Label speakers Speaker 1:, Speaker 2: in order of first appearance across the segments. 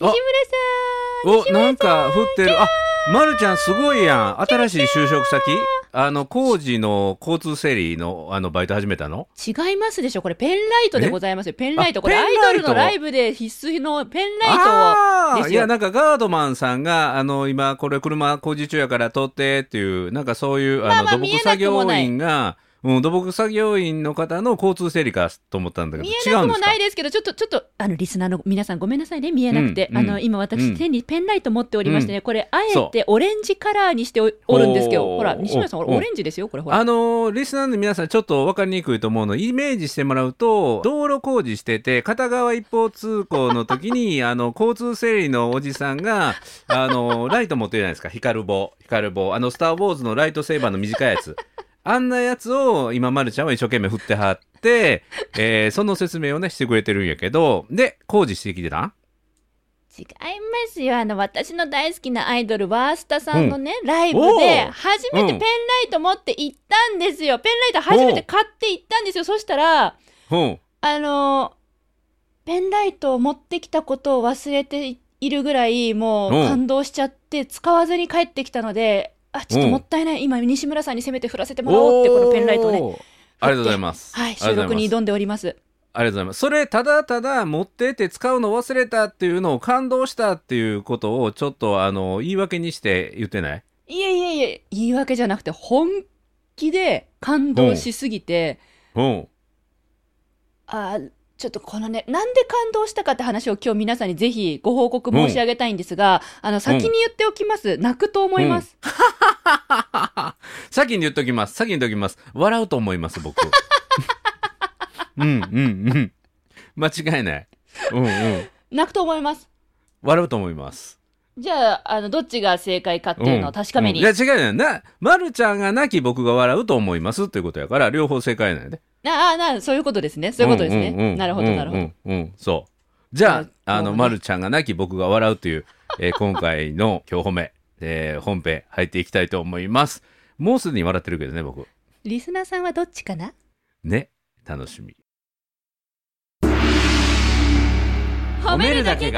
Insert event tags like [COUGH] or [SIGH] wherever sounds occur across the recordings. Speaker 1: 西村さん西
Speaker 2: お、なん
Speaker 1: 村さん
Speaker 2: か降ってる。あ、まるちゃんすごいやん。新しい就職先あの、工事の交通整理の、あの、バイト始めたの
Speaker 1: 違いますでしょこれペンライトでございますよ。ペンライト。
Speaker 2: あ
Speaker 1: これ
Speaker 2: ペン
Speaker 1: ア
Speaker 2: ラ
Speaker 1: イ
Speaker 2: イト
Speaker 1: ドルのライブで必須のペンライ
Speaker 2: あ
Speaker 1: ト
Speaker 2: ー
Speaker 1: です
Speaker 2: いや、
Speaker 1: よ。
Speaker 2: なんかガードマンさんが、あの、今、これ車工事中やから通ってっていう、なんかそういう、
Speaker 1: まあ
Speaker 2: あ
Speaker 1: まあ
Speaker 2: の、土
Speaker 1: 見え
Speaker 2: 木
Speaker 1: な
Speaker 2: 作
Speaker 1: くも
Speaker 2: 業
Speaker 1: ない
Speaker 2: 員が、うん、土木作業員の方の交通整理かと思ったんだけど、
Speaker 1: 見
Speaker 2: 違
Speaker 1: えな
Speaker 2: う
Speaker 1: く
Speaker 2: んで
Speaker 1: も
Speaker 2: すか
Speaker 1: ないですけど、ちょっと、ちょっと、あの、リスナーの皆さんごめんなさいね、見えなくて。
Speaker 2: うん
Speaker 1: あ
Speaker 2: う
Speaker 1: の、
Speaker 2: ん
Speaker 1: 今私
Speaker 2: うん
Speaker 1: 手にペンライト持っておりましてね、これ、あえ
Speaker 2: そ
Speaker 1: てオレンジカラーにしておおるんですけど、
Speaker 2: おー
Speaker 1: ほら、西村さん、
Speaker 2: お
Speaker 1: こ
Speaker 2: ー
Speaker 1: れオレンジですよ、これ、ほら。
Speaker 2: あのーリスナーの皆さんちょっと分かりにくいと思うのイメージしてもらうと道路工事してて片側一方通行の時に [LAUGHS] あの交通整理のおじさんがあのーライト持ってるじゃないですか光る棒光る棒あの「スター・ウォーズ」のライトセーバーの短いやつあんなやつを今まるちゃんは一生懸命振ってはって、えーその説明をねしてくれてるんやけどで工事してきてな
Speaker 1: 違いますよ、あの、私の大好きなアイドル、ワースタさんのね、ライブで、
Speaker 2: おー
Speaker 1: 初めてペンライト持って行ったんですよ。ペンライト初めて買って行ったんですよ。そしたら、
Speaker 2: うん
Speaker 1: あのペンライトを持ってきたことを忘れているぐらいもう
Speaker 2: うん
Speaker 1: 感動しちゃって使わずに帰ってきたのであちょっともったいない今西村さんにせめて振らせてもらおうってこのペンライトをね
Speaker 2: おーありがとうございます
Speaker 1: はい
Speaker 2: あり
Speaker 1: 収
Speaker 2: がとう
Speaker 1: 録
Speaker 2: ござい
Speaker 1: に
Speaker 2: ます
Speaker 1: 挑んでおります
Speaker 2: ありがとうございます。それ、ただただ持ってて使うの忘れたっていうのを感動したっていうことをちょっとあの、言い訳にして言ってない
Speaker 1: いえいえいえ言い訳じゃなくて本気で感動しすぎて
Speaker 2: うん。
Speaker 1: あーちょっとこのねなんで感動したかって話を今日皆さんにぜひご報告申し上げたいんですがあの先に言っておきます泣くと思います
Speaker 2: [LAUGHS] 先に言っときます。先に言っときます。笑うと思います、 [LAUGHS] 僕。うん、うん、うん。間違いない。うん、うん。
Speaker 1: 泣くと思います
Speaker 2: 笑うと思います。
Speaker 1: じゃあ、あの、どっちが正解かっていうのを確かめに。
Speaker 2: うんうんいや、違うよ。な、まるちゃんが泣き僕が笑うと思いますっていうことやから、両方正解なんやで。
Speaker 1: ああ、な、そういうことですね。そういうことですね。
Speaker 2: んうんうん
Speaker 1: なるほど、なるほど。
Speaker 2: うんうんうんそう。じゃ
Speaker 1: じゃあ
Speaker 2: あ、
Speaker 1: も
Speaker 2: あ
Speaker 1: う
Speaker 2: の、
Speaker 1: ね
Speaker 2: まるちゃんが泣き僕が笑うという、
Speaker 1: [LAUGHS]
Speaker 2: えー今回の今日褒め、えー本編入っていきたいと思います。もうすでに笑ってるけどね、僕。
Speaker 1: リスナーさんはどっちかな
Speaker 2: ね。楽しみ。い。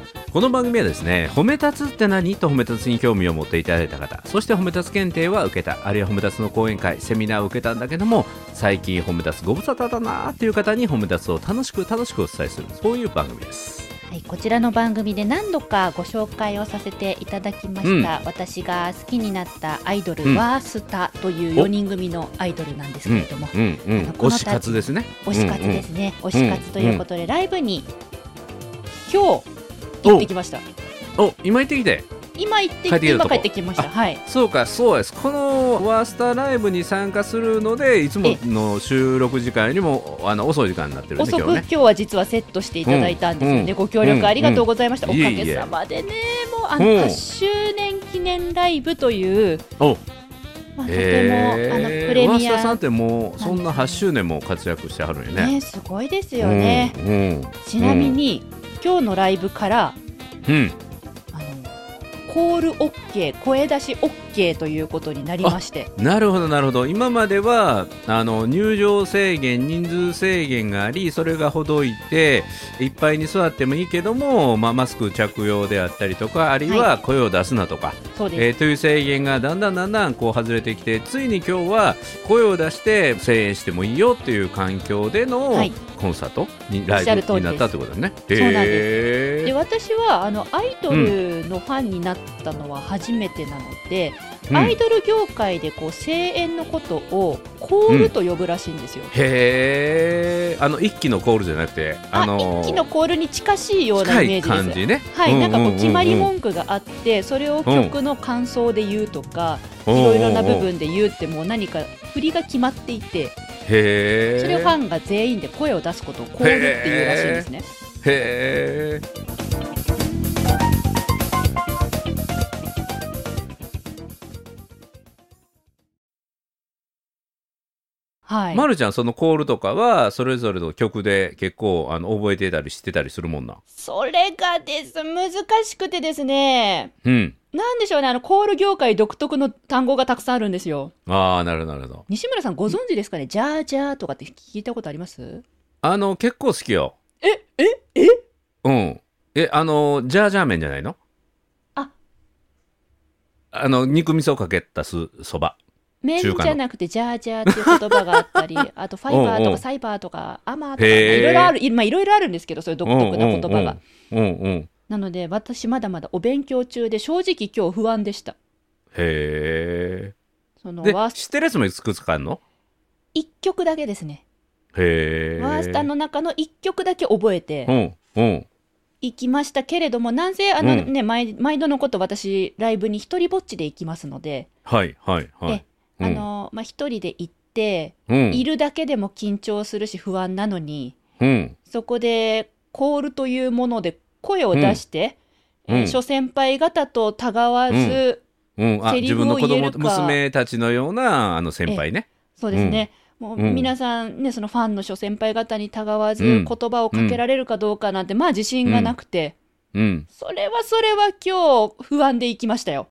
Speaker 2: この番組はですね褒め立つって何と褒め立つに興味を持っていただいた方そして褒め立つ検定は受けたあるいは褒め立つの講演会セミナーを受けたんだけども最近褒め立つご無沙汰だなーっていう方に褒め立つを楽しく楽しくお伝えするそういう番組です
Speaker 1: はい、こちらの番組で何度かご紹介をさせていただきました、私が好きになったアイドル、
Speaker 2: うん
Speaker 1: ワースタという4人組のアイドルなんですけれども、
Speaker 2: うんうん
Speaker 1: この
Speaker 2: 推し活ですね
Speaker 1: 推し活ですね、推し活ということで、ライブに今日行ってきました
Speaker 2: うんうんお今行ってきて
Speaker 1: 今行って
Speaker 2: 帰ってきたと
Speaker 1: 今
Speaker 2: こ
Speaker 1: 帰ってきました
Speaker 2: あ
Speaker 1: はい
Speaker 2: そうかそうですこのワースターライブに参加するのでいつもの収録時間よりもあの遅い時間になってるね
Speaker 1: 遅く
Speaker 2: 今日
Speaker 1: 今
Speaker 2: ね
Speaker 1: 日は実はセットしていただいたんですよね、
Speaker 2: うん
Speaker 1: ご協力ありがとうございました、
Speaker 2: うん
Speaker 1: おかげさまでねもうあの
Speaker 2: うん
Speaker 1: 8周年記念ライブという、
Speaker 2: お
Speaker 1: まあ、とても、あの
Speaker 2: え
Speaker 1: プ
Speaker 2: ー
Speaker 1: レ
Speaker 2: ワース
Speaker 1: ミ
Speaker 2: ター
Speaker 1: ア
Speaker 2: さんってもうそんな8周年も活躍してはるんやね
Speaker 1: ねすごいですよね、
Speaker 2: うんうん
Speaker 1: ちなみに、今日のライブから
Speaker 2: うん、
Speaker 1: あのコール OK 声出し OK ということになりまして
Speaker 2: なるほどなるほど今まではあの入場制限人数制限がありそれがほどいていっぱいに座ってもいいけども、まあ、マスク着用であったりとかあるいは声を出すなとか、
Speaker 1: そうです、
Speaker 2: えーという制限がだんだんだんだんこう外れてきてついに今日は声を出して声援してもいいよっていう環境での
Speaker 1: はい
Speaker 2: コンサートに、
Speaker 1: おっしゃ
Speaker 2: ラ
Speaker 1: る
Speaker 2: イ
Speaker 1: 通
Speaker 2: ブ
Speaker 1: り
Speaker 2: になったってことだね。
Speaker 1: すそうなんです
Speaker 2: へー
Speaker 1: で私はあのアイドルのファンになったのは初めてなので、
Speaker 2: うん
Speaker 1: アイドル業界でこう声援のことをコールと呼ぶらしいんですよ。
Speaker 2: へーあの一気のコールじゃなくて
Speaker 1: あ
Speaker 2: の
Speaker 1: 一気のコールに近しいような
Speaker 2: 近
Speaker 1: イメ
Speaker 2: い
Speaker 1: ージです
Speaker 2: 感。じね。
Speaker 1: はい、なんかこう決まり
Speaker 2: も
Speaker 1: 文句があってそれを曲の感想で言うとかい
Speaker 2: い
Speaker 1: ろいろな部。分で言うってもう何か振りが決まっていて
Speaker 2: へえ。
Speaker 1: それをファ
Speaker 2: ン。
Speaker 1: ンが全員で声を出すことをコールっていうらしいんですね。
Speaker 2: へえ。
Speaker 1: はい、
Speaker 2: まるちゃんそのコールとかはそれぞれの曲で結構あの覚えてたりしてたりするもんな
Speaker 1: それがです難しくてですね
Speaker 2: うん
Speaker 1: なんでしょうねあのコール業界独特の単語がたくさんあるんですよ
Speaker 2: ああなるほどなるほど
Speaker 1: 西村さんご存知ですかね、じゃーじゃーとかって聞いたことあります
Speaker 2: あの結構好きよ
Speaker 1: えええ
Speaker 2: うんえあのジャージャー麺じゃないの
Speaker 1: あ
Speaker 2: あの肉味噌かけたすそば
Speaker 1: 麺じ
Speaker 2: 中華の
Speaker 1: ゃなくてじゃーじゃーっていう言葉があったりあとファイバー
Speaker 2: おう
Speaker 1: と
Speaker 2: おう
Speaker 1: かサイバーとかアマーとか
Speaker 2: へー
Speaker 1: いろいろあるいまあいろいろあるんですけどそういう独特な言葉が
Speaker 2: うんうんうんうんうん
Speaker 1: なので私まだまだお勉強中で正直今日不安でした
Speaker 2: へ
Speaker 1: その
Speaker 2: えで
Speaker 1: ワース
Speaker 2: 知ってるやつもいくつかあるの
Speaker 1: 1曲だけですね
Speaker 2: へえ
Speaker 1: ワースタの中の1曲だけ覚えて
Speaker 2: うんうん
Speaker 1: 行きましたけれども、なんせあの
Speaker 2: うん
Speaker 1: ね、毎毎度のこと私ライブに一人ぼっちで行きますので、
Speaker 2: はいはいはい
Speaker 1: えあのまあ一人で行って、
Speaker 2: うん
Speaker 1: いるだけでも緊張するし不安なのに
Speaker 2: うん
Speaker 1: そこでコールというもので声を出して、
Speaker 2: うん
Speaker 1: えー
Speaker 2: うん
Speaker 1: 諸先輩方とたがわず、
Speaker 2: うん、あ
Speaker 1: セリ
Speaker 2: 自
Speaker 1: フを
Speaker 2: 分の子
Speaker 1: 言え
Speaker 2: 供
Speaker 1: るか
Speaker 2: 娘たちのようなあの先輩ね。
Speaker 1: そうですね、もう
Speaker 2: うん
Speaker 1: 皆さんねそのファンの諸先輩方にたがわず、
Speaker 2: うん
Speaker 1: 言葉をかけられるかどうかなんてまあ自信がなくて、
Speaker 2: うん、
Speaker 1: それはそれは今日不安で行きましたよ。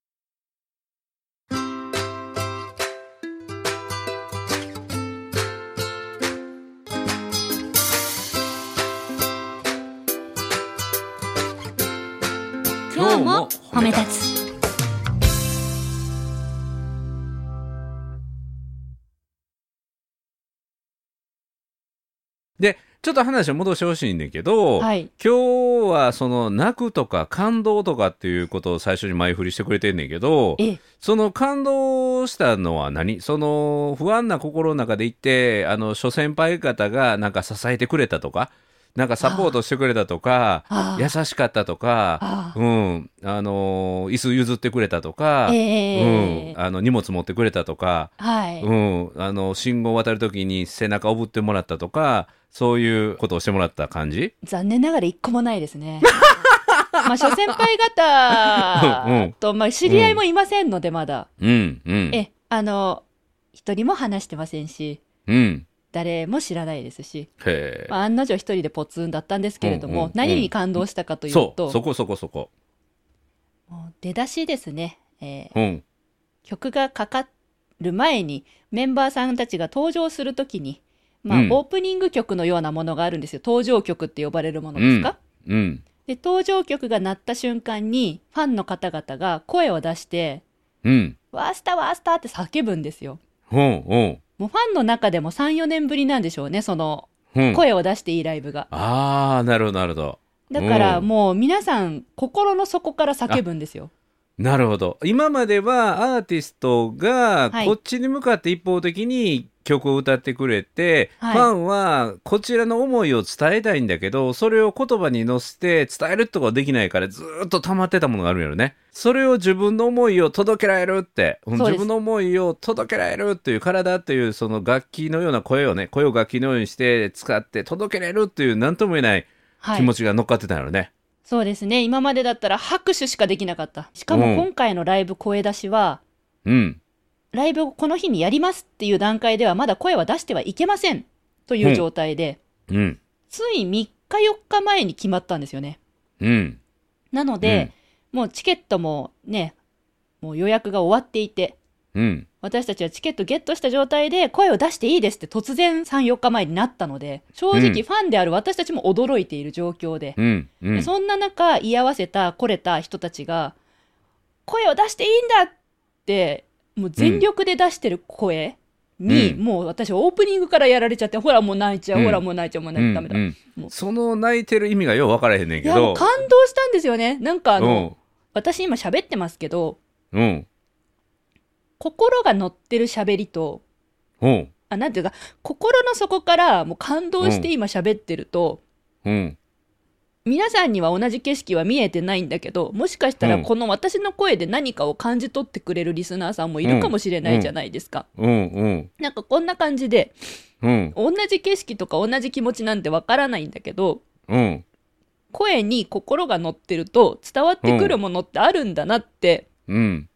Speaker 2: 今日も褒め立
Speaker 1: つ
Speaker 2: ちょっと話を戻してほしいんだけど、
Speaker 1: はい
Speaker 2: 今日はその泣くとか感動とかっていうことを最初に前振りしてくれてんねんけど
Speaker 1: ええ
Speaker 2: その感動したのは何その不安な心の中で言ってあの諸先輩方がなんか支えてくれたとかなんかサポートしてくれたとか
Speaker 1: あ
Speaker 2: 優
Speaker 1: あ
Speaker 2: しかったとか
Speaker 1: ああ
Speaker 2: うんあの椅子譲ってくれたとか、
Speaker 1: ええ
Speaker 2: うん、あの荷物持ってくれたとか
Speaker 1: はい、
Speaker 2: うん、あの信号を渡るときに背中をぶってもらったとかそういうことをしてもらった感じ
Speaker 1: 残念ながら一個もないです
Speaker 2: [LAUGHS]
Speaker 1: ね。まあ、諸先輩方と、まあ、知り合いもいませんので、まだ。
Speaker 2: うんうん
Speaker 1: え、あの、一人も話してませんし、
Speaker 2: うん
Speaker 1: 誰も知らないですし、
Speaker 2: へえ、
Speaker 1: まあ、案の定一人でポツンだったんですけれど
Speaker 2: うんうんう
Speaker 1: も
Speaker 2: ん、
Speaker 1: 何に感動したかという
Speaker 2: そ
Speaker 1: と
Speaker 2: う、そこそこそこ
Speaker 1: もう出だしですね、えー
Speaker 2: うん
Speaker 1: 曲がかかる前に、メンバーさんたちが登場するときに、まあ、
Speaker 2: うん
Speaker 1: オープニング曲のようなものがあるんですよ。登場曲って呼ばれるものですか、
Speaker 2: うん
Speaker 1: で登場曲が鳴った瞬間にファンの方々が声を出して
Speaker 2: うん
Speaker 1: 「ワースターワースター」って叫ぶんですよ。
Speaker 2: うんうん
Speaker 1: もうファンの中でも34年ぶりなんでしょうねその
Speaker 2: うん
Speaker 1: 声を出していいライブが。
Speaker 2: ああなるほどなるほど
Speaker 1: だから
Speaker 2: うん
Speaker 1: もう皆さん心の底から叫ぶんですよ。
Speaker 2: なるほど今まではアーティストが
Speaker 1: はい
Speaker 2: こっちに向かって一方的に曲を歌ってくれて、
Speaker 1: はい
Speaker 2: ファンはこちらの思いを伝えたいんだけどそれを言葉に乗せて伝えるとかできないからずーっと溜まってたものがあるんやろねそれを自分の思いを届けられるってうん
Speaker 1: そうです
Speaker 2: 自分の思いを届けられるっていう体っていうその楽器のような声をね声を楽器のようにして使って届けられるっていう何とも言えない
Speaker 1: は
Speaker 2: 気持
Speaker 1: い、
Speaker 2: ちが乗っかってたんやろね、
Speaker 1: そうですね今までだったら拍手しかできなかったしかも
Speaker 2: うん
Speaker 1: 今回のライブ声出しは、
Speaker 2: うん
Speaker 1: ライブをこの日にやりますっていう段階ではまだ声は出してはいけませんという状態で、
Speaker 2: うん
Speaker 1: つい3日4日前に決まったんですよね。
Speaker 2: うん
Speaker 1: なので、もうチケットもね、もう予約が終わっていて、
Speaker 2: うん
Speaker 1: 私たちはチケットゲットした状態で声を出していいですって突然3、4日前になったので、正
Speaker 2: う
Speaker 1: 直
Speaker 2: ん
Speaker 1: ファンである私たちも驚いている状況で、
Speaker 2: うんうん
Speaker 1: そんな中、居合わせた、来れた人たちが、声を出していいんだって、もう全力で出してる声に、
Speaker 2: うん
Speaker 1: もう私オープニングからやられちゃって、ほらもう泣いちゃう、
Speaker 2: うん
Speaker 1: ほらもう泣いちゃう、もう
Speaker 2: う
Speaker 1: 泣いちゃ
Speaker 2: ん
Speaker 1: う、ダメだ。
Speaker 2: うん
Speaker 1: もう
Speaker 2: その泣いてる意味がよう分からへんねん
Speaker 1: い
Speaker 2: け
Speaker 1: や、もう
Speaker 2: ど
Speaker 1: 感動したんですよね。なんかあの、私今喋ってますけど、
Speaker 2: うんうん
Speaker 1: 心が乗ってる喋りと、
Speaker 2: うん
Speaker 1: あ、なんていうか、心の底からもう感動して今喋ってると、
Speaker 2: うん
Speaker 1: 皆さんには同じ景色は見えてないんだけど、もしかした
Speaker 2: う
Speaker 1: ら
Speaker 2: ん
Speaker 1: この私の声で何かを感じ取ってくれるリスナーさんもいるかもしれないじゃないですか。
Speaker 2: うんうん
Speaker 1: なんかこんな感じで、
Speaker 2: うん
Speaker 1: 同じ景色とか同じ気持ちなんてわからないんだけど、
Speaker 2: うん
Speaker 1: 声に心が乗ってると伝わってくるものってあるんだなって、
Speaker 2: うん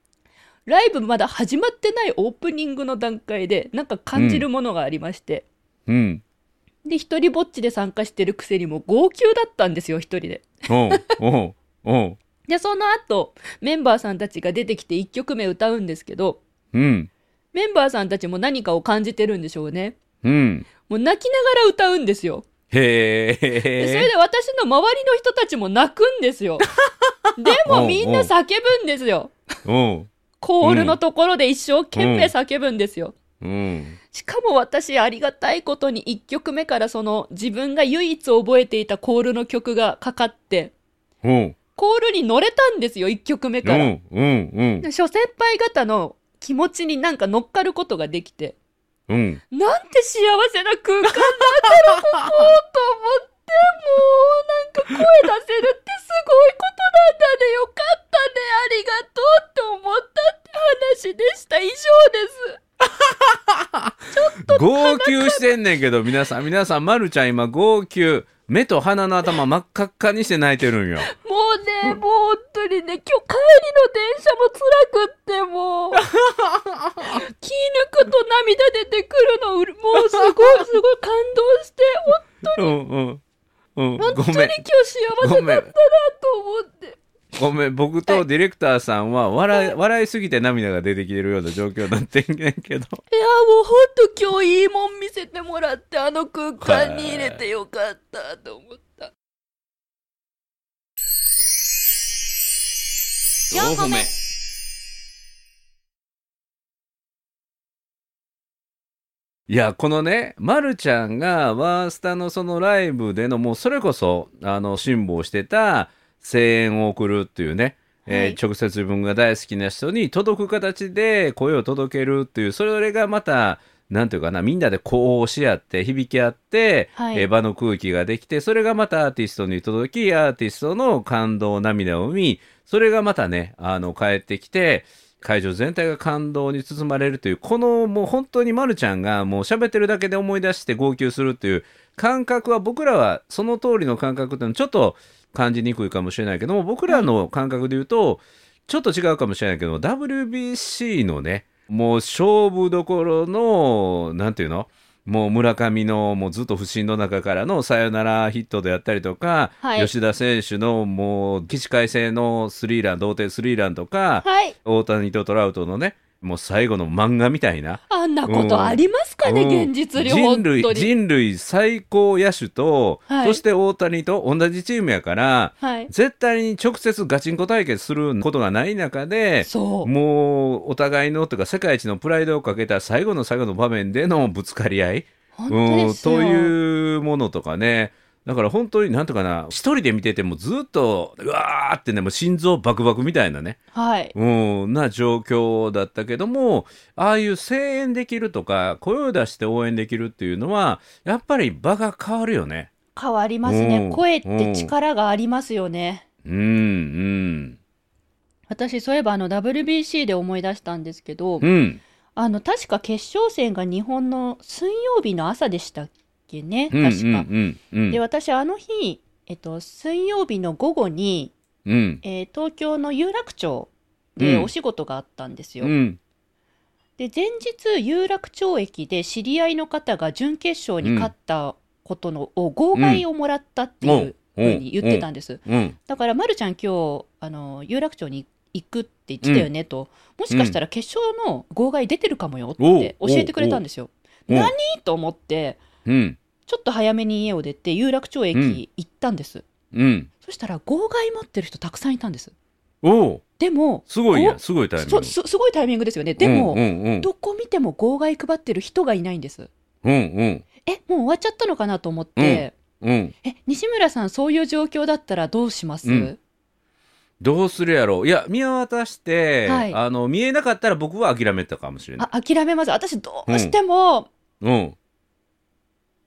Speaker 1: ライブまだ始まってないオープニングの段階でなんか感じるものがありまして、
Speaker 2: うん。
Speaker 1: で一人ぼっちで参加してるくせにもう号泣だったんですよ一人で。
Speaker 2: おう、おう、おう。
Speaker 1: でその後メンバーさんたちが出てきて1曲目歌うんですけど
Speaker 2: うん、
Speaker 1: メンバーさんたちも何かを感じてるんでしょうね。
Speaker 2: うん。
Speaker 1: もう泣きながら歌うんですよ。
Speaker 2: へ
Speaker 1: でそ
Speaker 2: え
Speaker 1: れ。で私の周りの人たちも泣くんですよ。でもみんな叫ぶんですよ。
Speaker 2: おう、
Speaker 1: コールのところで一生懸命叫ぶんですよ。
Speaker 2: うん。
Speaker 1: しかも私ありがたいことに1曲目からその自分が唯一覚えていたコールの曲がかかって
Speaker 2: おう、
Speaker 1: コールに乗れたんですよ1曲目
Speaker 2: う
Speaker 1: から。
Speaker 2: ん、うん、うん。
Speaker 1: 諸先輩方の気持ちになんか乗っかることができて
Speaker 2: うん。
Speaker 1: なんて幸せな空間なんだろうここと思ってもうなんか声出せるってすごいことなんだねよかったねありがとうって思ったって話でした以上です。
Speaker 2: 号泣してんねんけど、皆さん、皆さん、まるちゃん今、号泣。目と鼻の頭真っ赤っかにして泣いてるんよ。
Speaker 1: もうね、もう本当にね、今日帰りの電車も辛くって、
Speaker 2: [LAUGHS]
Speaker 1: もう。気抜くと涙出てくるの、うるもうすごい、すごい感動して、
Speaker 2: うん、うん。うん、
Speaker 1: 本当
Speaker 2: ご
Speaker 1: に今
Speaker 2: めん
Speaker 1: 日。幸せだったなと思って。
Speaker 2: ごめん僕とディレクターさんは笑い笑いすぎて涙が出てきてるような状況になってんねん
Speaker 1: いや、
Speaker 2: けど
Speaker 1: もう本当今日いいもん見せてもらって、あの空間に入れてよかったと思った。
Speaker 3: 四個目
Speaker 2: いやこのね、ま、るちゃんがワースタのそのライブでのもうそれこそあの辛抱してた声援を送るっていうね、
Speaker 1: は
Speaker 2: え
Speaker 1: い
Speaker 2: ー直接自分が大好きな人に届く形で声を届けるっていうそれがまたなんていうかなみんなでこうし合って響き合って、
Speaker 1: はい
Speaker 2: えー場の空気ができてそれがまたアーティストに届きアーティストの感動涙を生みそれがまたねあの帰ってきて会場全体が感動に包まれるというこのもう本当にまるちゃんがもう喋ってるだけで思い出して号泣するっていう感覚は僕らはその通りの感覚っていうのはちょっと感じにくいかもしれないけども僕らの感覚で言うとちょっと違うかもしれないけど WBC のねもう勝負どころのなんていうのもう村上のもうずっと不振の中からのサヨナラヒットであったりとか、
Speaker 1: はい
Speaker 2: 吉田選手のもう起死回生のスリーラン同点スリーランとか、
Speaker 1: はい。
Speaker 2: 大谷とトラウトのねもう最後の漫画みたいな。
Speaker 1: あんなことありますかね、
Speaker 2: うん
Speaker 1: 現実に、
Speaker 2: 人
Speaker 1: 本
Speaker 2: 類
Speaker 1: 当に。
Speaker 2: 人類最高野手と、
Speaker 1: はい
Speaker 2: そして大谷と同じチームやから
Speaker 1: はい。
Speaker 2: 絶対に直接ガチンコ対決することがない中で
Speaker 1: そう。
Speaker 2: もうお互いのというか世界一のプライドをかけた最後の最後の場面でのぶつかり合い
Speaker 1: 本当
Speaker 2: う
Speaker 1: で
Speaker 2: ん
Speaker 1: すよ。
Speaker 2: というものとかねだから本当になんとかな一人で見ててもずっとうわーってねもう心臓バクバクみたいなね
Speaker 1: はい。
Speaker 2: うん、な状況だったけどもああいう声援できるとか声を出して応援できるっていうのはやっぱり場が変わるよね。
Speaker 1: 変わりますね、
Speaker 2: うん
Speaker 1: 声って力がありますよね、
Speaker 2: うんうん
Speaker 1: 私そういえばあの WBC で思い出したんですけど、
Speaker 2: うん
Speaker 1: あの確か決勝戦が日本の水曜日の朝でしたっけね
Speaker 2: う
Speaker 1: 確
Speaker 2: んう
Speaker 1: か、
Speaker 2: んうん
Speaker 1: で私あの日、えっと、水曜日の午後に、
Speaker 2: うん
Speaker 1: えー東京の有楽町で
Speaker 2: うん
Speaker 1: お仕事があったんですよ、
Speaker 2: うん
Speaker 1: で前日有楽町駅で知り合いの方が準決勝に勝ったことの、を号外をもらったっていうふうに言ってたんです、
Speaker 2: うん
Speaker 1: だから、ま、るちゃん、今日あの有楽町に行くって言ってたよねと、もしかしたら決勝の号外出てるかもよって
Speaker 2: お
Speaker 1: 教
Speaker 2: う
Speaker 1: えてくれたんですよ。
Speaker 2: おう
Speaker 1: 何と思って、
Speaker 2: うん
Speaker 1: ちょっと早めに家を出て、有楽町
Speaker 2: うん
Speaker 1: 駅行ったんです。
Speaker 2: うん
Speaker 1: そしたら、号外持ってる人たくさんいたんです。
Speaker 2: おう
Speaker 1: でも、
Speaker 2: すごいや
Speaker 1: お
Speaker 2: すごいタイミン
Speaker 1: そ
Speaker 2: グ。
Speaker 1: すすごいタイミングですよね。でも、
Speaker 2: うんうん
Speaker 1: どこ見ても号外配ってる人がいないんです。
Speaker 2: うんうん
Speaker 1: え、もう終わっちゃったのかなと思って、
Speaker 2: うん
Speaker 1: え、西村さん、そういう状況だったらどうします、
Speaker 2: うんどうするやろういや見渡して、
Speaker 1: はい
Speaker 2: あの見えなかったら僕は諦めたかもしれない。
Speaker 1: あ諦めます。私、どうしても、
Speaker 2: うん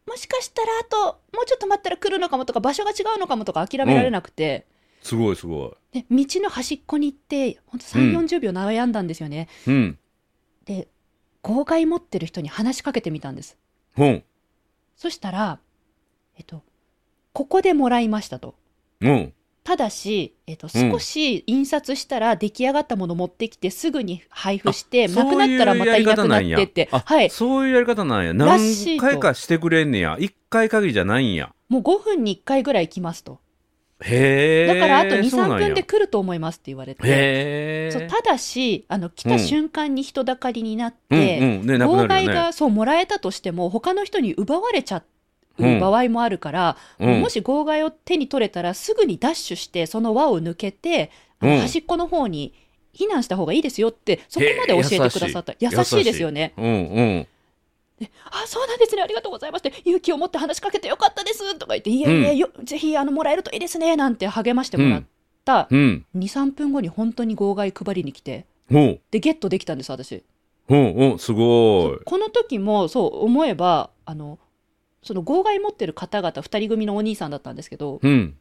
Speaker 1: もしかしたらあともうちょっと待ったら来るのかもとか場所が違うのかもとか諦められなくて、
Speaker 2: すごいすご
Speaker 1: で道の端っこに行ってほんと
Speaker 2: う
Speaker 1: 3
Speaker 2: ん
Speaker 1: 四4 0秒悩んだんですよね、
Speaker 2: い。うん
Speaker 1: で号外持ってる人に話しかけてみたんです
Speaker 2: うん
Speaker 1: そしたらえっとここでもらいましたと
Speaker 2: うん
Speaker 1: ただし、えっと、
Speaker 2: うん
Speaker 1: 少し印刷したら出来上がったもの持ってきてすぐに配布して、
Speaker 2: あ
Speaker 1: なくなったらまたいなくなってって、
Speaker 2: あ
Speaker 1: はい。
Speaker 2: そういうやり方なんや。
Speaker 1: らし
Speaker 2: 何
Speaker 1: いと
Speaker 2: 回かしてくれんねや。1回限りじゃないんや。
Speaker 1: もう5分に1回ぐらい来ますと。
Speaker 2: へえ。
Speaker 1: だからあと2、
Speaker 2: そう
Speaker 1: 3
Speaker 2: なんや
Speaker 1: 分で来ると思いますって言われて。
Speaker 2: へえ。
Speaker 1: そうただし、あの、来た瞬間に人だかりになって、
Speaker 2: うんうん。ね、なくな
Speaker 1: 妨
Speaker 2: る
Speaker 1: 害
Speaker 2: よね。
Speaker 1: がそうもらえたとしても他の人に奪われちゃ
Speaker 2: うん
Speaker 1: う場合もあるから、
Speaker 2: うん
Speaker 1: もし妨害を手に取れたらすぐにダッシュしてその輪を抜けて、あの
Speaker 2: うん
Speaker 1: 端っこの方に避難した方がいいですよってそこまで教えてくださった
Speaker 2: へえ優
Speaker 1: 優
Speaker 2: し
Speaker 1: し
Speaker 2: い
Speaker 1: いですよね
Speaker 2: うんうん。
Speaker 1: あそうなんですねありがとうございますって勇気を持って話しかけてよかったですとか言っていやいや、よぜひあのもらえるといいですねなんて励ましてもらった、
Speaker 2: うん。
Speaker 1: 23分後に本当に号外配りに来て
Speaker 2: ほう。
Speaker 1: でゲットできたんです私。
Speaker 2: ほうほう。すごい。
Speaker 1: この時もそう思えばあのその号外持ってる方々2人組のお兄さんだったんですけど
Speaker 2: うん。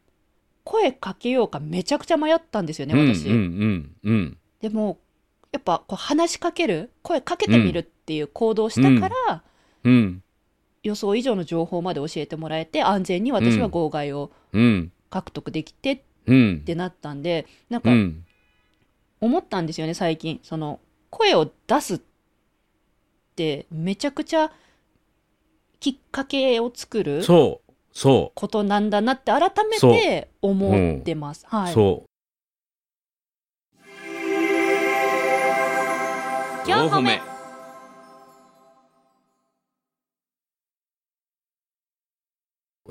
Speaker 1: 声かけようかめちゃくちゃ迷ったんですよね
Speaker 2: うん
Speaker 1: 私、
Speaker 2: うんうんうん。
Speaker 1: でもやっぱこう話しかける声かけてみるっていう行動をしたから、
Speaker 2: うん。
Speaker 1: 予想以上の情報まで教えてもらえて安全に私は号外を
Speaker 2: うん。
Speaker 1: 獲得できてっ
Speaker 2: うん。
Speaker 1: てなったんでなん
Speaker 2: う
Speaker 1: か
Speaker 2: ん。
Speaker 1: 思ったんですよね最近その声を出すってめちゃくちゃきっかけを作る
Speaker 2: そう。そ
Speaker 1: ことなんだなって改め
Speaker 2: そう
Speaker 1: て思ってます。
Speaker 2: う。
Speaker 1: はい。
Speaker 2: そう。
Speaker 3: 4歩目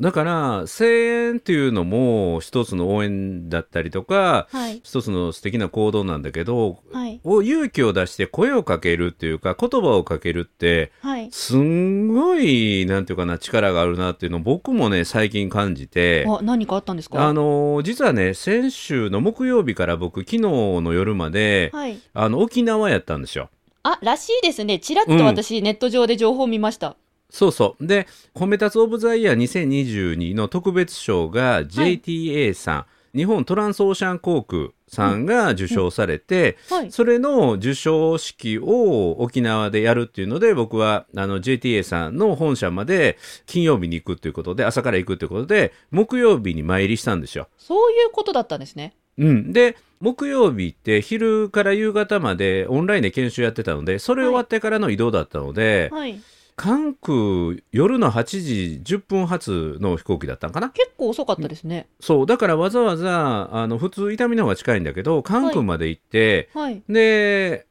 Speaker 2: だから声援っていうのも一つの応援だったりとか
Speaker 1: はい。
Speaker 2: 一つの素敵な行動なんだけど
Speaker 1: はい。
Speaker 2: を勇気を出して声をかけるっていうか言葉をかけるって
Speaker 1: はい。
Speaker 2: すんごいなんていうかな力があるなっていうのを僕もね最近感じて。
Speaker 1: あ、何かあったんですか
Speaker 2: あのー実はね先週の木曜日から僕昨日の夜まで、
Speaker 1: はい。
Speaker 2: あの沖縄やったんですよ。
Speaker 1: あ、らしいですね。ちらっと私、ネット上で情報を見ました。
Speaker 2: そうそう。で、褒め立つオブザイヤー2022の特別賞が JTA さん、日本トランスオーシャン航空さんが受賞されて、
Speaker 1: はい。
Speaker 2: それの受賞式を沖縄でやるっていうので、僕はあの JTA さんの本社まで金曜日に行くということで、朝から行くということで、木曜日に参りしたんですよ。
Speaker 1: そういうことだったんですね。
Speaker 2: うん、で木曜日って昼から夕方までオンラインで研修やってたのでそれ終わってからの移動だったので、
Speaker 1: はい。
Speaker 2: 関空夜の8時10分発の飛行機だったんかな
Speaker 1: 結構遅かったですね。
Speaker 2: そうだからわざわざあの普通伊丹の方が近いんだけど関空まで行って、
Speaker 1: はい。
Speaker 2: で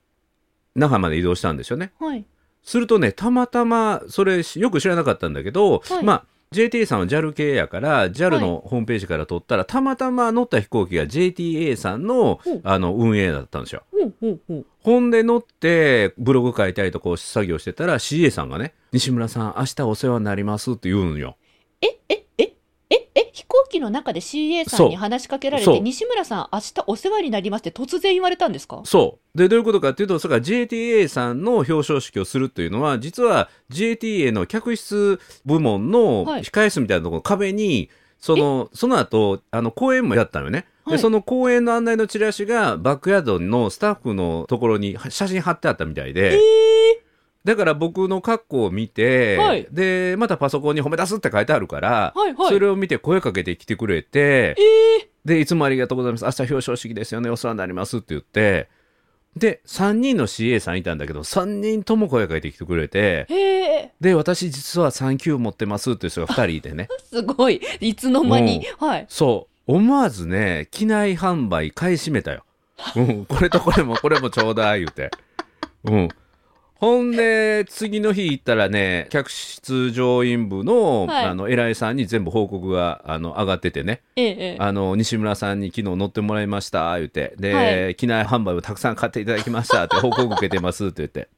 Speaker 2: 那覇まで移動したんですよね
Speaker 1: はい。
Speaker 2: するとねたまたまそれよく知らなかったんだけど、
Speaker 1: はい
Speaker 2: まあ JTA さんは JAL 系やから JAL のホームページから撮ったら、たまたま乗った飛行機が JTA さんの
Speaker 1: ほう
Speaker 2: あの運営だったんですよ。
Speaker 1: ほうほうほう。
Speaker 2: ほんで乗ってブログ書いたりとか作業してたら CA さんがね「西村さん明日お世話になります」って言うんよ。
Speaker 1: え、え、え、え、え、飛行機の中で CA さん
Speaker 2: そう
Speaker 1: に話しかけられ
Speaker 2: そう
Speaker 1: て、西村さん、明日お世話になりますって突然言われたんですか
Speaker 2: そうでどういうことかっていうとそれから JTA さんの表彰式をするというのは実は JTA の客室部門の
Speaker 1: はい
Speaker 2: 控室みたいなところの壁にそのその後あの公演もやったのよね。
Speaker 1: は
Speaker 2: で
Speaker 1: い
Speaker 2: その公演の案内のチラシがバックヤードのスタッフのところに写真貼ってあったみたいで、だから僕の格好を見て、
Speaker 1: はい
Speaker 2: でまたパソコンに「褒め出す」って書いてあるから、
Speaker 1: はいはい
Speaker 2: それを見て声かけてきてくれて、でいつもありがとうございます明日表彰式ですよねお世話になりますって言ってで3人の CA さんいたんだけど3人とも声かけてきてくれて
Speaker 1: へえ。
Speaker 2: で私実は3級持ってますっていう人が2人いてね
Speaker 1: すごい。いつの間に。はい。
Speaker 2: そう思わずね機内販売買い占めたよ、うん、これとこれもこれもちょうだい言うて、うん、ほんで次の日行ったらね客室乗員部の,、
Speaker 1: はい
Speaker 2: あの偉いさんに全部報告があの上がっててね
Speaker 1: ええ、ええ。
Speaker 2: あの西村さんに昨日乗ってもらいました言ってで、
Speaker 1: は
Speaker 2: 機内販売をたくさん買っていただきまし
Speaker 1: [LAUGHS]
Speaker 2: たって報告受けてますって言って、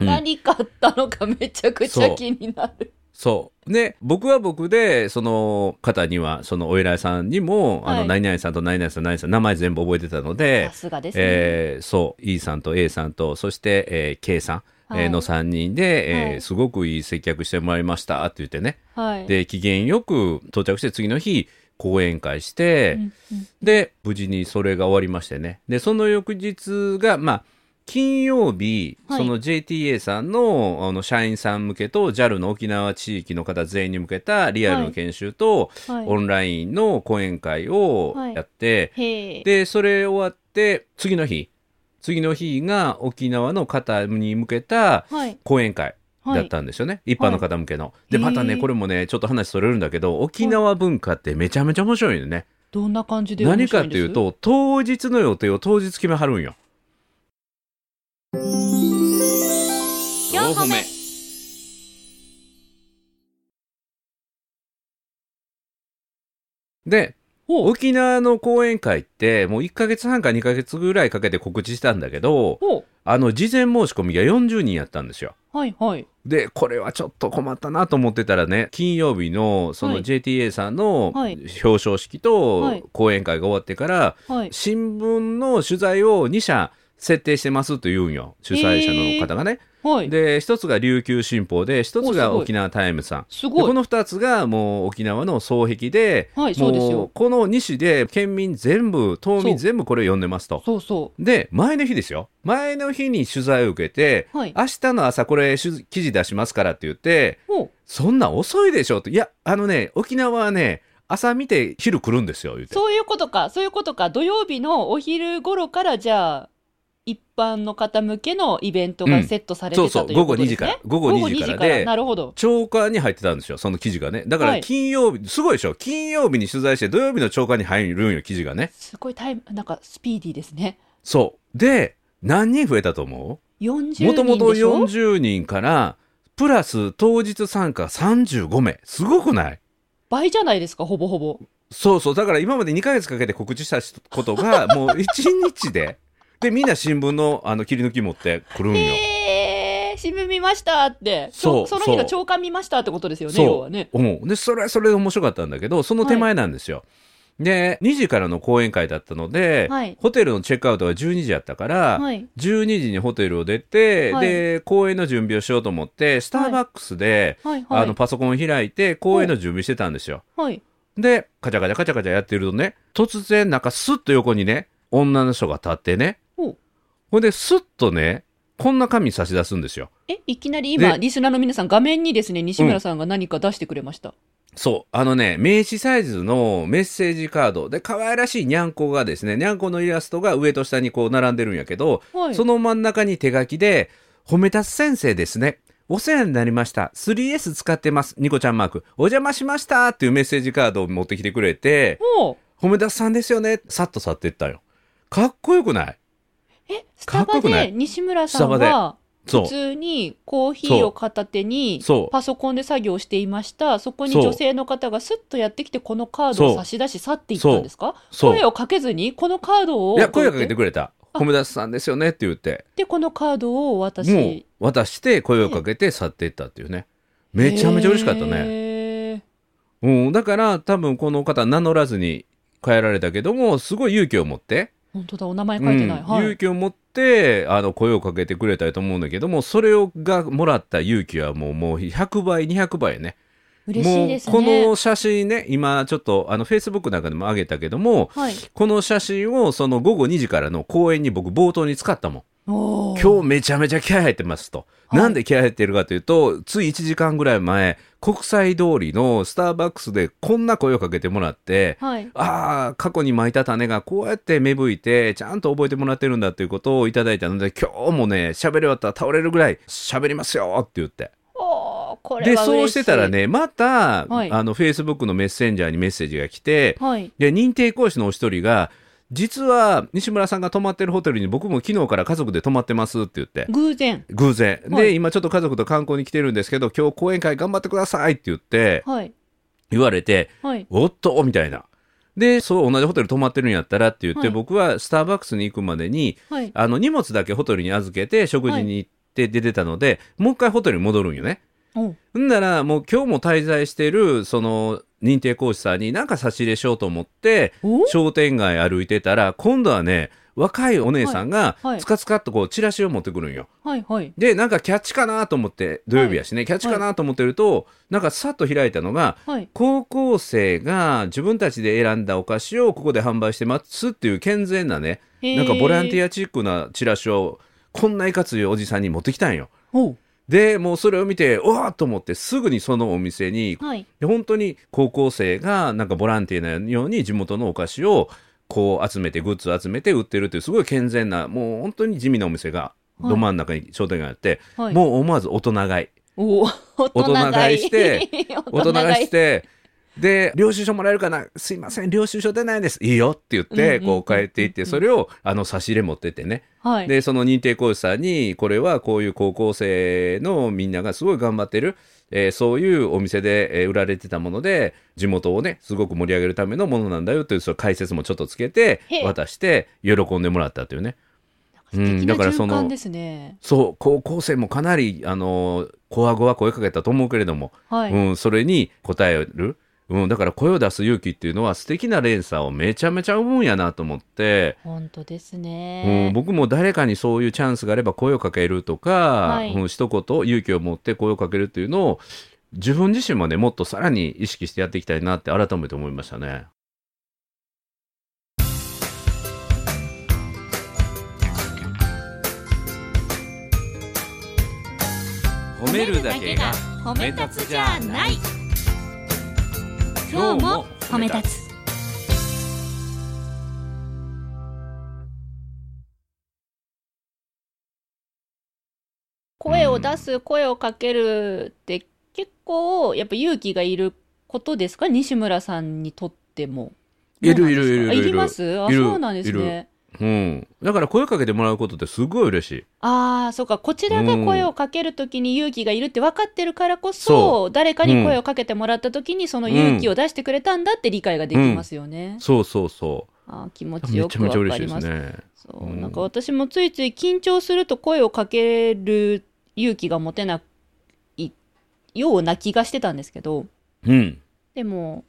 Speaker 2: うん
Speaker 1: 何買ったのかめちゃくち
Speaker 2: そう
Speaker 1: ゃ気になる。
Speaker 2: そうで僕は僕でその方にはそのお偉いさんにも、あ
Speaker 1: は
Speaker 2: の
Speaker 1: い
Speaker 2: 何々さんと何々さん何々さん名前全部覚えてたので
Speaker 1: さ、すがですね。
Speaker 2: えーそう E さんと A さんとそして、えー K さんえーの3人で、えー
Speaker 1: はい
Speaker 2: すごくいい接客してもらいましたって言ってね
Speaker 1: はい。
Speaker 2: で機嫌よく到着して次の日講演会して。
Speaker 1: うんうん
Speaker 2: で無事にそれが終わりましてねでその翌日がまあ金曜日、
Speaker 3: はい
Speaker 2: その JTA さんのあの社員さん向けと JAL の沖縄地域の方全員に向けたリアルの研修と、
Speaker 1: はい。
Speaker 2: オンラインの講演会を
Speaker 1: はい
Speaker 2: やって、
Speaker 1: へえ。
Speaker 2: でそれ終わって次の日次の日が沖縄の方に向けた
Speaker 1: はい。
Speaker 2: 講演会
Speaker 1: は
Speaker 2: だっ
Speaker 1: い。
Speaker 2: たんですよね、一般の方向けの。で
Speaker 1: へー
Speaker 2: またねこれもねちょっと話それるんだけど沖縄文化ってめちゃめちゃ面白いよね。
Speaker 1: どんな感じで面
Speaker 2: 何
Speaker 1: 白
Speaker 2: か
Speaker 1: いん
Speaker 2: と
Speaker 1: です
Speaker 2: いう、と当日の予定を当日決めはるんよ。
Speaker 3: 4歩目
Speaker 2: で
Speaker 1: ほう。
Speaker 2: 沖縄の講演会ってもう1ヶ月半か2ヶ月ぐらいかけて告知したんだけど
Speaker 1: ほ
Speaker 2: あの事前申し込みが40人やったんですよ。
Speaker 1: う。はいはい。
Speaker 2: でこれはちょっと困ったなと思ってたらね金曜日のそ
Speaker 1: は
Speaker 2: の
Speaker 1: い
Speaker 2: JTA さんの
Speaker 1: はい
Speaker 2: 表彰式
Speaker 1: はい
Speaker 2: と講演会が終わってから
Speaker 1: はい。
Speaker 2: 新聞の取材を2社設定してますと言うんよ主催者の方がね。
Speaker 1: はい。
Speaker 2: で一つが琉球新報で一つ
Speaker 1: おす
Speaker 2: が
Speaker 1: ごい
Speaker 2: 沖縄タイムさん。
Speaker 1: す
Speaker 2: で
Speaker 1: ご
Speaker 2: こ
Speaker 1: い。
Speaker 2: の2つがもう沖縄の総壁で,、
Speaker 1: はいそうですよ
Speaker 2: もうこの2市で県民全部島
Speaker 1: そう
Speaker 2: 民全部これ読んでますと。
Speaker 1: そうそ
Speaker 2: で前の日ですよ前の日に取材を受けて、
Speaker 1: はい
Speaker 2: 明日の朝これ取記事出しますからって言って
Speaker 1: う。ほう。
Speaker 2: そんな遅いでしょっていやあのね沖縄はね朝見て昼来るんですよ言って
Speaker 1: そういうことか、そういうことか。土曜日のお昼頃から、じゃあ、一般の方向けのイベントがセットされてた、
Speaker 2: そうそう
Speaker 1: ということ
Speaker 2: 午後
Speaker 1: で
Speaker 2: 2
Speaker 1: すね
Speaker 2: 時から午後2時からで
Speaker 1: なるほど。
Speaker 2: 朝刊に入ってたんですよその記事がねだか
Speaker 1: は
Speaker 2: ら
Speaker 1: い
Speaker 2: 金曜日、すごいでしょ金曜日に取材して土曜日の朝刊に入るんよ記事がね
Speaker 1: すごいタイム、なんかスピーディーですね。
Speaker 2: そうで何人増えたと思
Speaker 1: 40
Speaker 2: うもとも
Speaker 1: 人
Speaker 2: と
Speaker 1: でしょ
Speaker 2: 40人からプラス当日参加35名すごくない
Speaker 1: 倍じゃないですか、ほぼほぼ。
Speaker 2: そうそうだから今まで2ヶ月かけて告知したことが
Speaker 1: [LAUGHS]
Speaker 2: もう1日ででみんな新聞のあの切り抜き持ってくるんよ。
Speaker 1: えー、新聞見ましたって。
Speaker 2: そう
Speaker 1: その日の
Speaker 2: そう
Speaker 1: 朝刊見ましたってことですよね、要
Speaker 2: そ
Speaker 1: は
Speaker 2: う、
Speaker 1: ね。
Speaker 2: うんでそれはそれで面白かったんだけどその手前なんですよ。で2時からの講演会だったので、
Speaker 1: はい
Speaker 2: ホテルのチェックアウトが12時やったから、
Speaker 1: はい。
Speaker 2: 12時にホテルを出て、
Speaker 1: はい
Speaker 2: で公演の準備をしようと思ってスターバックスで、
Speaker 1: はい、は
Speaker 2: あの
Speaker 1: い。
Speaker 2: パソコン開いて公演の準備してたんですよ。
Speaker 1: はい。
Speaker 2: でカチャカチャカチャカチャやってるとね突然なんかスッと横にね女の人が立ってね
Speaker 1: お
Speaker 2: ほんでスッとねこんな紙差し出すんですよ。
Speaker 1: え、いきなり今、
Speaker 2: で
Speaker 1: リスナーの皆さん、画面にですね、西村さんが何か出してくれました。
Speaker 2: そうあのね名刺サイズのメッセージカードで可愛らしいにゃんこがですねにゃんこのイラストが上と下にこう並んでるんやけど、
Speaker 1: はい。
Speaker 2: その真ん中に手書きで「褒めたつ先生ですね」お世話になりました。3S 使ってます。ニコちゃんマーク。お邪魔しましたっていうメッセージカードを持ってきてくれて、
Speaker 1: ほう。
Speaker 2: 褒めたつさんですよね。さっと去っていったよ。かっこよくない
Speaker 1: え、ス
Speaker 2: か
Speaker 1: タ
Speaker 2: っこ
Speaker 1: バ
Speaker 2: よくない
Speaker 1: で西村さん
Speaker 2: スタ
Speaker 1: は
Speaker 2: バそ
Speaker 1: 普
Speaker 2: う。
Speaker 1: 通にコーヒーを片手に
Speaker 2: そう
Speaker 1: パソコンで作業していました。そこに
Speaker 2: そう
Speaker 1: 女性の方がスッとやってきてこのカードを差し出し去っていったんですか
Speaker 2: そう
Speaker 1: 声をかけずにこのカードを
Speaker 2: いや声をかけてくれた「
Speaker 1: あ
Speaker 2: 褒め出すさんですよね」って言って
Speaker 1: でこのカードを渡
Speaker 2: もう
Speaker 1: し
Speaker 2: 渡して声をかけて去っていったっていうねめちゃめちゃ嬉しかったね、
Speaker 1: ね。
Speaker 2: うん、だから多分この方名乗らずに帰られたけどもすごい勇気を持って、
Speaker 1: 本当だ、お名前書いてない。
Speaker 2: うん
Speaker 1: は
Speaker 2: 勇
Speaker 1: い。
Speaker 2: 気を持ってあの声をかけてくれたと思うんだけどもそれをがもらった勇気はもうもう100倍200倍ね
Speaker 1: 嬉しいです
Speaker 2: もうこ
Speaker 1: ね
Speaker 2: の。写真ね今ちょっとあのフェイスブックなんかでも上げたけども
Speaker 1: はい。
Speaker 2: この写真をその午後2時からの公演に僕冒頭に使ったもん
Speaker 1: おー
Speaker 2: 今日めちゃめちゃ気合入ってますと。
Speaker 1: はい
Speaker 2: なんで気合入ってるかというと、つい1時間ぐらい前、国際通りのスターバックスでこんな声をかけてもらって、
Speaker 1: はい。
Speaker 2: ああ、過去に巻いた種がこうやって芽吹いて、ちゃんと覚えてもらってるんだということをいただいたので、今日もね、喋り終わったら倒れるぐらい喋りますよって言って。
Speaker 1: おーこれ
Speaker 2: で、
Speaker 1: は嬉しい。
Speaker 2: そうしてたら。ね、また、
Speaker 1: はい
Speaker 2: あの、Facebook のメッセンジャーにメッセージが来て、
Speaker 1: はい。
Speaker 2: で認定講師のお一人が実は西村さんが泊まってるホテルに僕も昨日から家族で泊まってますって言って
Speaker 1: 偶然。
Speaker 2: 偶然で、
Speaker 1: はい
Speaker 2: 今ちょっと家族と観光に来てるんですけど今日講演会頑張ってくださいって言って
Speaker 1: はい。
Speaker 2: 言われて
Speaker 1: はい。
Speaker 2: おっとみたいなでそう同じホテル泊まってるんやったらって言って、
Speaker 1: はい
Speaker 2: 僕はスターバックスに行くまでに
Speaker 1: はい。
Speaker 2: あの荷物だけホテルに預けて食事に行って出てたので、もう一回ホテルに戻るんよね。
Speaker 1: おうん
Speaker 2: ならもう今日も滞在してるその認定講師さんに何か差し入れしようと思って
Speaker 1: お
Speaker 2: 商店街歩いてたら今度はね若いお姉さんが
Speaker 1: はいはい
Speaker 2: つかつかっとこうチラシを持ってくるんよ。
Speaker 1: はいはい。
Speaker 2: でなんかキャッチかなと思って土曜日やしね、キャッチかなと思ってるとなんかさっと開いたのが
Speaker 1: はい。
Speaker 2: 高校生が自分たちで選んだお菓子をここで販売してますっていう健全なねなんかボランテ
Speaker 1: ア
Speaker 2: ィアチックなチラシをこんないかついおじさんに持ってきたんよ。
Speaker 3: おう
Speaker 2: でもうそれを見てうわーっと思ってすぐにそのお店に
Speaker 3: はい
Speaker 2: で本当に高校生がなんかボランティアのように地元のお菓子をこう集めてグッズ集めて売ってるっていうすごい健全なもう本当に地味なお店が
Speaker 3: はい
Speaker 2: ど真ん中に商店街あって、
Speaker 3: はい
Speaker 2: もう思わず大人買い
Speaker 3: おう
Speaker 2: 大人買い
Speaker 3: [LAUGHS]
Speaker 2: して大人買いしててで領収書もらえるかなすいません領収書出ないですいいよって言っ
Speaker 3: う
Speaker 2: て
Speaker 3: んうんうんう
Speaker 2: こ
Speaker 3: ん
Speaker 2: う帰っていってそれをあの差し入れ持ってってね
Speaker 3: はい
Speaker 2: でその認定講師さんにこれはこういう高校生のみんながすごい頑張ってる、えーそういうお店で、えー売られてたもので地元をねすごく盛り上げるためのものなんだよというその解説もちょっとつけて
Speaker 3: へえ
Speaker 2: 渡して喜んでもらったというねうん
Speaker 3: だ
Speaker 2: だ
Speaker 3: か
Speaker 2: からら
Speaker 3: そ
Speaker 2: その
Speaker 3: のですね
Speaker 2: そう高校生もかなりあのーこわごわ声かけたと思うけれども、
Speaker 3: はい、
Speaker 2: うん、それに応える、うん、だから声を出す勇気っていうのは素敵な連鎖をめちゃめちゃ生むんやなと思って。
Speaker 3: 本当です
Speaker 2: うん、
Speaker 3: ね、
Speaker 2: 僕も誰かにそういうチャンスがあれば声をかけるとか、
Speaker 3: はい
Speaker 2: うん一言勇気を持って声をかけるっていうのを自分自身もねもっとさらに意識してやっていきたいなって改めて思いましたね。褒
Speaker 3: 褒
Speaker 2: め立つじゃない今日も褒め立
Speaker 3: つ
Speaker 1: 声を出す声をかけるって結構やっぱ勇気がいることですか西村さんにとっても
Speaker 2: いるいるい
Speaker 1: あ
Speaker 2: る
Speaker 1: い
Speaker 2: いる
Speaker 1: りますあ
Speaker 2: いる
Speaker 1: そうなんです
Speaker 2: いる
Speaker 1: ね
Speaker 2: うん、だから声かけてもらうことってすごい嬉しい。
Speaker 1: ああそうかこちらが声をかけるときに勇気がいるって分かってるからこそ、誰かに声をかけてもらったときにその勇気を出してくれたんだって理解ができますよね、
Speaker 2: そうそうそ
Speaker 1: あー気持
Speaker 2: う。
Speaker 1: ち
Speaker 2: め
Speaker 1: よ
Speaker 2: ち
Speaker 1: く
Speaker 2: ゃめちゃ
Speaker 1: 分
Speaker 2: 嬉
Speaker 1: か
Speaker 2: しい
Speaker 1: り
Speaker 2: で
Speaker 1: ますす
Speaker 2: ね。
Speaker 1: そううんなんか私もついつい緊張すると声をかける勇気が持てないような気がしてたんですけど
Speaker 2: うん、
Speaker 1: でも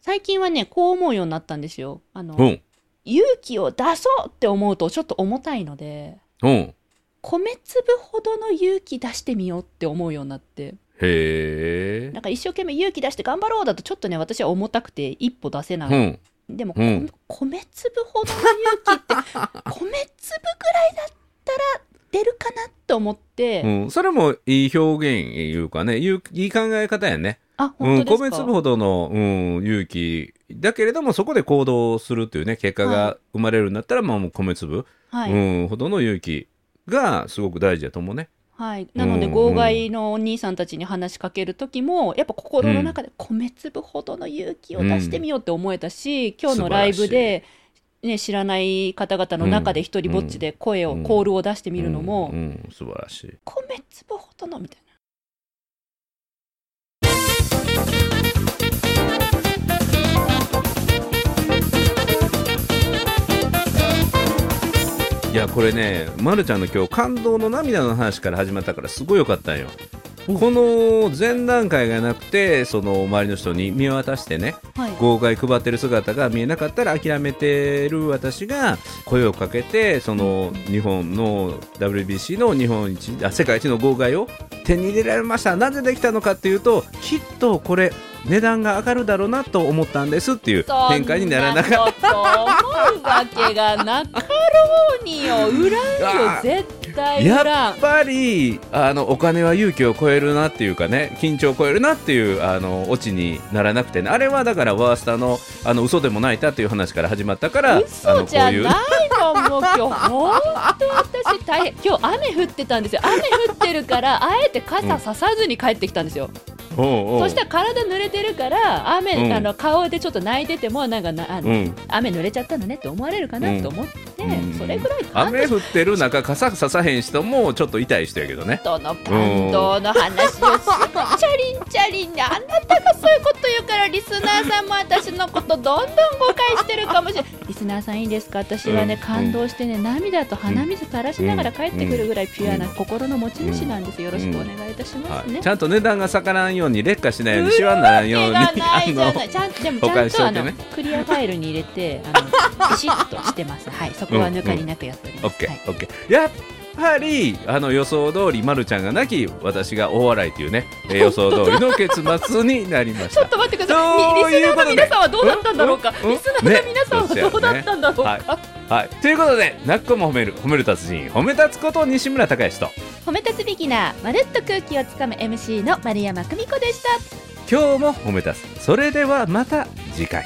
Speaker 1: 最近はねこう思うようになったんですよあの、
Speaker 2: うん、
Speaker 1: 勇気を出そうって思うとちょっと重たいので
Speaker 2: うん。
Speaker 1: 米粒ほどの勇気出してみようって思うようになって
Speaker 2: へえ
Speaker 1: なん。か一生懸命勇気出して頑張ろうだとちょっとね私は重たくて一歩出せない、
Speaker 2: うん。
Speaker 1: でも、
Speaker 2: うん
Speaker 1: こ米粒ほどの勇
Speaker 2: [LAUGHS]
Speaker 1: 気って米粒ぐらいだったら出るかなと思って、
Speaker 2: うん、それもいい表現いうかね、いういい考え方やね。
Speaker 1: あ
Speaker 2: うん、
Speaker 1: 本当です
Speaker 2: 米
Speaker 1: か、
Speaker 2: 粒ほどの、うん、勇気。だけれども、そこで行動するっていうね、結果
Speaker 1: は
Speaker 2: が生まれるんだったら、まあもう米粒、
Speaker 1: はい、
Speaker 2: うん、ほどの勇気がすごく大事だと思うね。
Speaker 1: はい、なので
Speaker 2: うん
Speaker 1: 号外のお兄さんたちに話しかける時もやっぱ心の中で米粒ほどの勇気を出してみようって思えたし、今日のライブで、ね、知らない方々の中で一人ぼっちで声を、
Speaker 2: うん
Speaker 1: コールを出してみるのも、
Speaker 2: うん、うん素晴らしい。
Speaker 1: 米粒ほどのみたいな。
Speaker 2: いや、これね、まるちゃんの今日、感動の涙の話から始まったから、すごい良かったんよ。この前段階がなくて、その周りの人に見渡してね、
Speaker 1: はい
Speaker 2: 号外配ってる姿が見えなかったら諦めてる私が声をかけてその日本の WBC の日本一あ世界一の号外を手に入れられましたなぜできたのかっていうときっとこれ値段が上がるだろうなと思ったんですっていう展開にならなか
Speaker 1: [LAUGHS]
Speaker 2: っ
Speaker 1: った思うわけがなかろうによ裏よ
Speaker 2: あ
Speaker 1: 絶
Speaker 2: た
Speaker 1: 対裏
Speaker 2: やっぱりあのお金は勇気を超えるなっていうかね緊張を超えるなっていうあのオチにならなくてねあれはだからワースターのあの嘘でもないたっていう話から始まったからあ
Speaker 1: 嘘
Speaker 2: の
Speaker 1: じゃな
Speaker 2: こう
Speaker 1: い
Speaker 2: いう
Speaker 1: のもう今日本当私大変今日雨降ってたんですよ雨降ってる
Speaker 2: [LAUGHS]
Speaker 1: からあえて傘ささずに帰ってきたんですよ、
Speaker 2: おうおう
Speaker 1: そしたら体濡れてるから雨、
Speaker 2: うん
Speaker 1: あの顔でちょっと泣いててもなんかなあの、
Speaker 2: うん
Speaker 1: 雨濡れちゃったのねって思われるかなと思って、
Speaker 2: うん
Speaker 1: それぐらい感
Speaker 2: 雨降ってる中傘ささへん人もちょっと痛い人やけどね
Speaker 1: 動の感動の話をすぐチャリンチャリンであなたがそういうこと言うからリスナーさんも私のことどんどん誤解してるかもしれないリスナーさんいいですか私はね
Speaker 2: うん
Speaker 1: 感動してね涙と鼻水垂らしながら帰ってくるぐらいピュアな心の持ち主なんですよろしくお願いいたしま
Speaker 2: は
Speaker 1: すね
Speaker 2: い、ち。ゃんと値段が逆らんよう [LAUGHS] に劣化しないようにしわにならんように
Speaker 1: 手がないじゃ
Speaker 2: あ
Speaker 1: ない。ちゃんでもち
Speaker 2: 保
Speaker 1: ゃん
Speaker 2: 管し
Speaker 1: と
Speaker 2: と
Speaker 1: あ
Speaker 2: いて
Speaker 1: の
Speaker 2: ね
Speaker 1: クリアファイルに入れてあのピシッとしてます。はい、そこは抜かりなくやっており
Speaker 2: の
Speaker 1: ま
Speaker 2: オッ
Speaker 1: す。
Speaker 2: ケ
Speaker 1: はい
Speaker 2: ーオッケーやっぱりあの予想通りまるちゃんがなき私が大笑いというねえー予想通りの結末になりまし
Speaker 1: ちょったと待ってください。
Speaker 2: そう
Speaker 1: リリ
Speaker 2: い
Speaker 1: ス
Speaker 2: う
Speaker 1: ナー
Speaker 2: こ
Speaker 1: の
Speaker 2: とね
Speaker 1: 皆さんはどうだったんだろうか。
Speaker 2: うんうん
Speaker 1: リスナーの皆さんはどうだったんだろう
Speaker 2: ね
Speaker 1: か。
Speaker 2: はい、ということで、なっこも褒める、褒める達人、褒め立つこと西村孝之と、
Speaker 1: 褒め立つビギナーまるっと空気をつかむ MC の丸山久美子でした
Speaker 2: 今日も褒め立つ。それではまた次回。